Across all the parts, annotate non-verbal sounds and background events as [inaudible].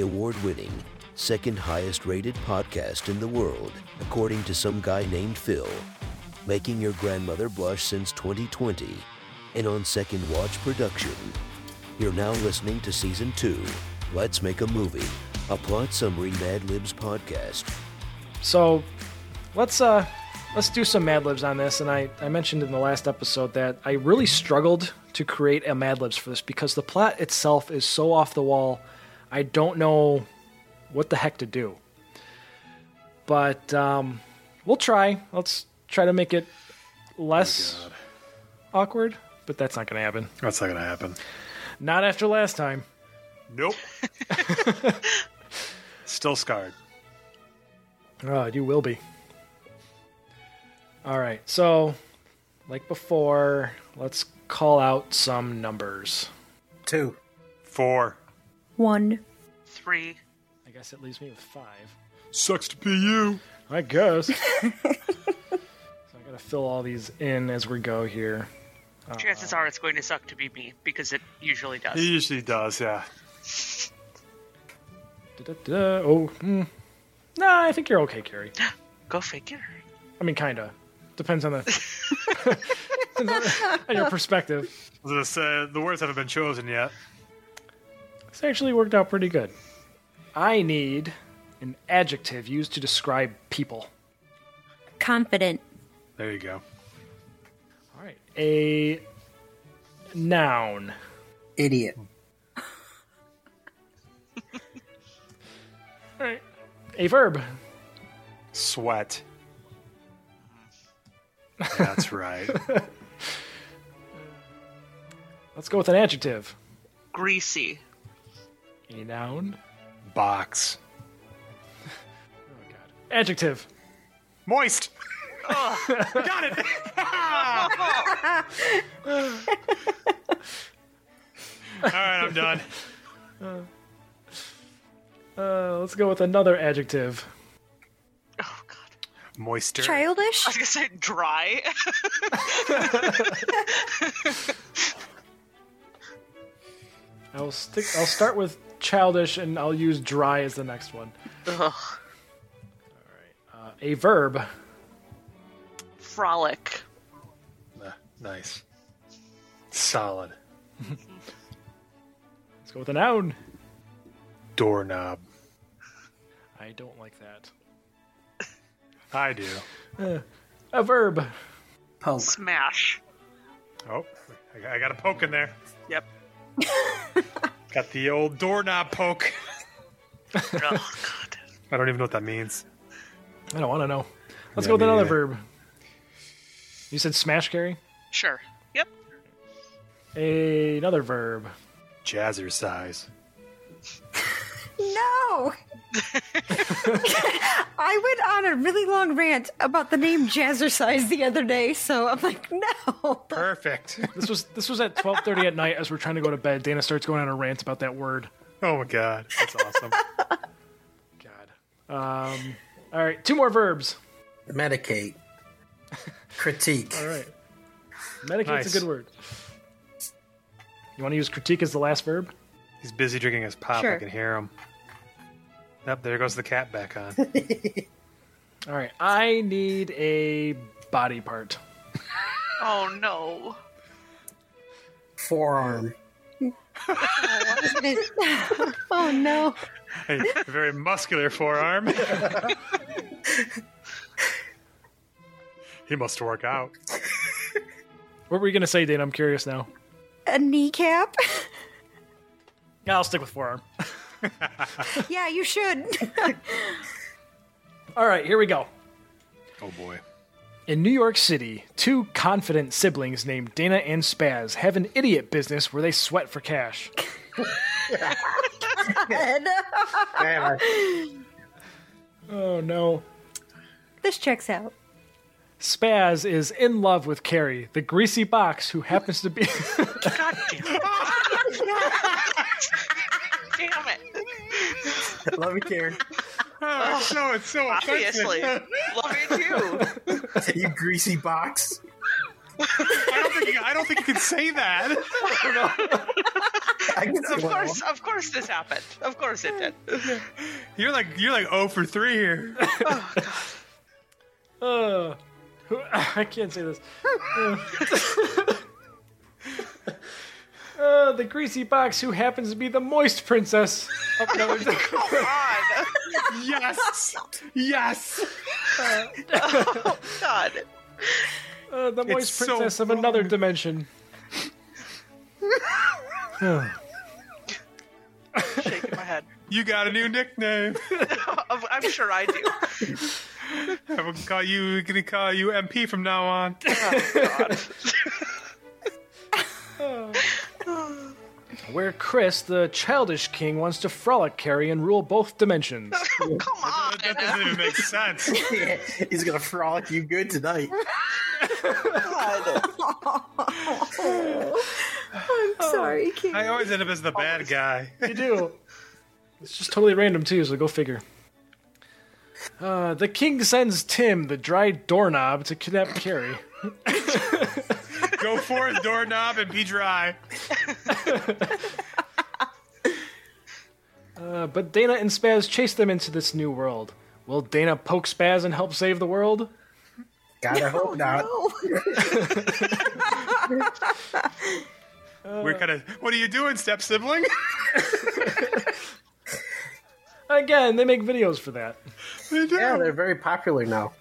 award winning, second highest rated podcast in the world, according to some guy named Phil. Making Your Grandmother Blush Since 2020, and on Second Watch Production. You're now listening to Season 2, Let's Make a Movie, a plot summary Mad Libs podcast. So let's uh let's do some Mad Libs on this. And I, I mentioned in the last episode that I really struggled to create a Mad Libs for this because the plot itself is so off the wall. I don't know what the heck to do. But um, we'll try. Let's try to make it less God. awkward, but that's not going to happen. That's not gonna happen. Not after last time. Nope. Still scarred. Oh, you will be. All right. So, like before, let's call out some numbers. Two. Four. One. Three. I guess it leaves me with five. Sucks to be you. I guess. [laughs] so I gotta fill all these in as we go here. Chances are it's going to suck to be me because it usually does. He usually does, yeah. Da-da-da. Oh, hmm. nah. I think you're okay, Carrie. Go figure. I mean, kinda. Depends on the [laughs] depends on- on your perspective. I was gonna say the words haven't been chosen yet. This actually worked out pretty good. I need an adjective used to describe people. Confident. There you go. All right. A noun. Idiot. All right. A verb. Sweat. That's [laughs] right. Let's go with an adjective. Greasy. [laughs] A noun. Box. Oh god. Adjective. [laughs] Moist. I got it. [laughs] All right, I'm done. Uh, let's go with another adjective. Oh god. Moisture. Childish. I was gonna say dry. [laughs] I'll stick. I'll start with childish, and I'll use dry as the next one. Ugh. Uh, a verb. Frolic. Uh, nice. Solid. Let's go with a noun. Doorknob. I don't like that. I do. A verb. Poke. Smash. Oh, I I got a poke in there. Yep. Got the old doorknob poke. oh [laughs] god. I don't even know what that means. I don't want to know. Let's Yeah, go with me another neither. verb. You said smash, Carrie. Sure. Yep. A- another verb. Jazzercise. [laughs] No. I went on a really long rant about the name Jazzercise the other day, so I'm like, no. Perfect. This was this was at twelve thirty at night as we're trying to go to bed. Dana starts going on a rant about that word. [laughs] Oh my god, that's awesome. God. Um, all right, two more verbs. Medicate. Critique. All right. Medicate's Nice. a good word. You want to use critique as the last verb? He's busy drinking his pop. I Sure. can hear him. Yep, there goes the cat back on. All right. I need a body part. Oh no. Forearm. [laughs] oh no. Hey, very muscular forearm. he must work out. What were you going to say, Dana? I'm curious now. A kneecap? Yeah, I'll stick with forearm. yeah, you should. All right, here we go. Oh boy. In New York City, two confident siblings named Dana and Spaz have an idiot business where they sweat for cash. Damn it. Oh, no. [laughs] this checks out. Spaz is in love with Carrie, the greasy box who happens to be. [laughs] God damn [laughs] it. damn it. Love you, Karen. Oh, so it's so Obviously. offensive. Love you too. [laughs] You greasy box. I don't think you, I don't think you can say that. I guess Of it will. course, of course, this happened. Of course, it [laughs] did. [laughs] You're like you're like 0 for three here. Uh, who- [laughs] I can't say this. Uh, Uh, the greasy box who happens to be the moist princess. of Notre Dame. God, yes, yes. God. Uh, the moist so princess of another wrong. dimension. Shaking my head. You got a new nickname. Of- I'm sure I [laughs] do. We're gonna call you. We're gonna call you MP from now on. Where Chris, the childish king, wants to frolic carry and rule both dimensions. Oh, come on. That doesn't even make sense. Yeah, he's gonna frolic you good tonight. I'm [laughs] sorry, King. I always end up as the bad guy. [laughs] you do. It's just totally random too, so go figure. Uh, the king sends Tim, the dry doorknob, to kidnap [coughs] Carrie. Go for it, doorknob, and be dry. Uh, but Dana and Spaz chase them into this new world. Will Dana poke Spaz and help save the world? Gotta hope not. We're kind of. What are you doing, step sibling? Again, they make videos for that. Yeah, they're very popular now.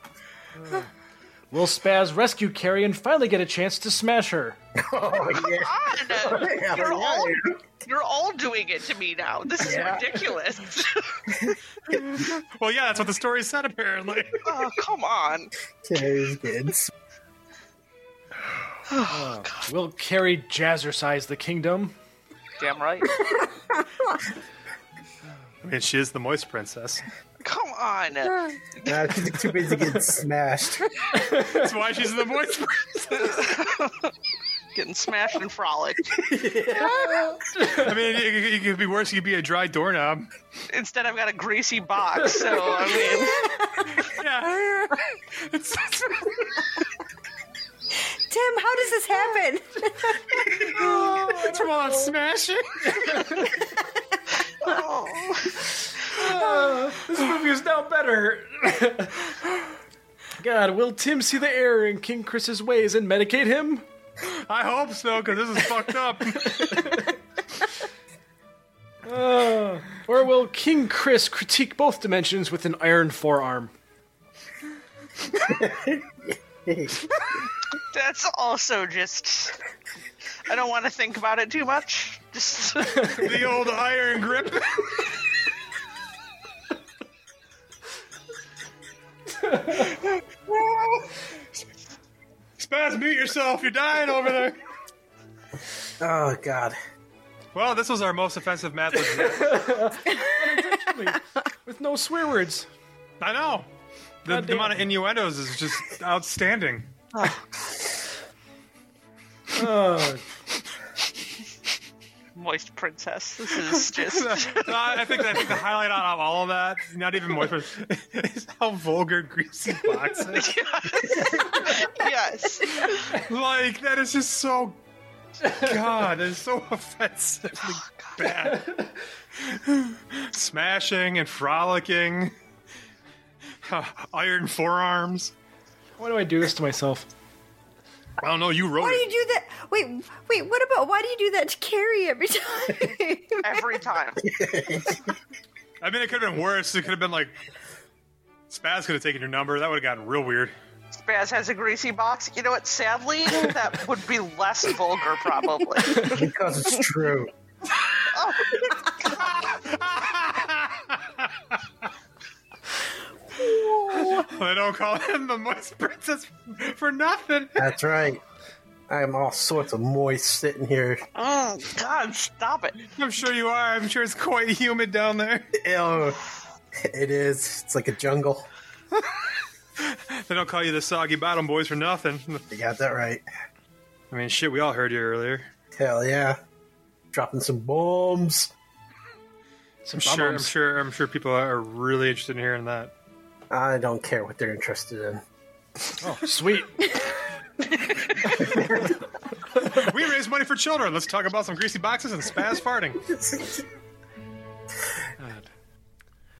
Will Spaz rescue Carrie and finally get a chance to smash her? Oh [laughs] yeah. [laughs] God. yeah, You're yeah, all, dude. you're all doing it to me now. This is Yeah. ridiculous. Well, yeah, that's what the story said apparently. [laughs] [laughs] Oh, come on. Today's kids. Will Carrie jazzercise the kingdom? Damn right. I mean, she is the moist princess. Come on. Nah, she's uh, [laughs] too busy getting smashed. That's why she's the moist princess. Getting smashed and frolicked. I mean, it, it could be worse. You could be a dry doorknob. Instead, I've got a greasy box. So I Yeah. It's, it's- Tim, how does this happen? it's from all that smashing. [laughs] mean, oh. Oh. This movie is now better. God, will Tim see the error in King Chris's ways and medicate him? I hope so, because this is fucked up. Or will King Chris critique both dimensions with an iron forearm? That's also just. I don't want to think about it too much. Just [laughs] The old iron grip. Spaz, mute yourself. You're dying over there. Oh god. Well, this was our most offensive Mad Libs yet. With no swear words. I know. The, God the damn amount of innuendos is just outstanding. moist princess. This [laughs] is just. No, I I think that I think the highlight out of all of that, not even more, [laughs] is how vulgar greasy box is. yes. Like that is just so. God, it's so offensively bad. Smashing and frolicking, [laughs] iron forearms. Why do I do this to myself? I don't know. You wrote Why do it. you do that? Wait, wait, what about why do you do that to Carrie every [laughs] time? Every time. I mean, it could have been worse. It could have been like Spaz could have taken your number. That would have gotten real weird. [laughs] Spaz has a greasy box. You know what? Sadly, that would be less vulgar, [laughs] probably. Because it's true. They don't call him the moist princess for nothing. That's right. I am all sorts of moist sitting here. Oh, God, stop it. I'm sure you are. I'm sure it's quite humid down there. Ew. It is. It's like a jungle. They don't call you the soggy bottom boys for nothing. You got that right. I mean, shit, we all heard you earlier. Hell yeah. Dropping some bombs. Some I'm sure, I'm bum-bums. sure, I'm sure people are really interested in hearing that. I don't care what they're interested in. Sweet. We raised money for children. Let's talk about some greasy boxes and spaz farting.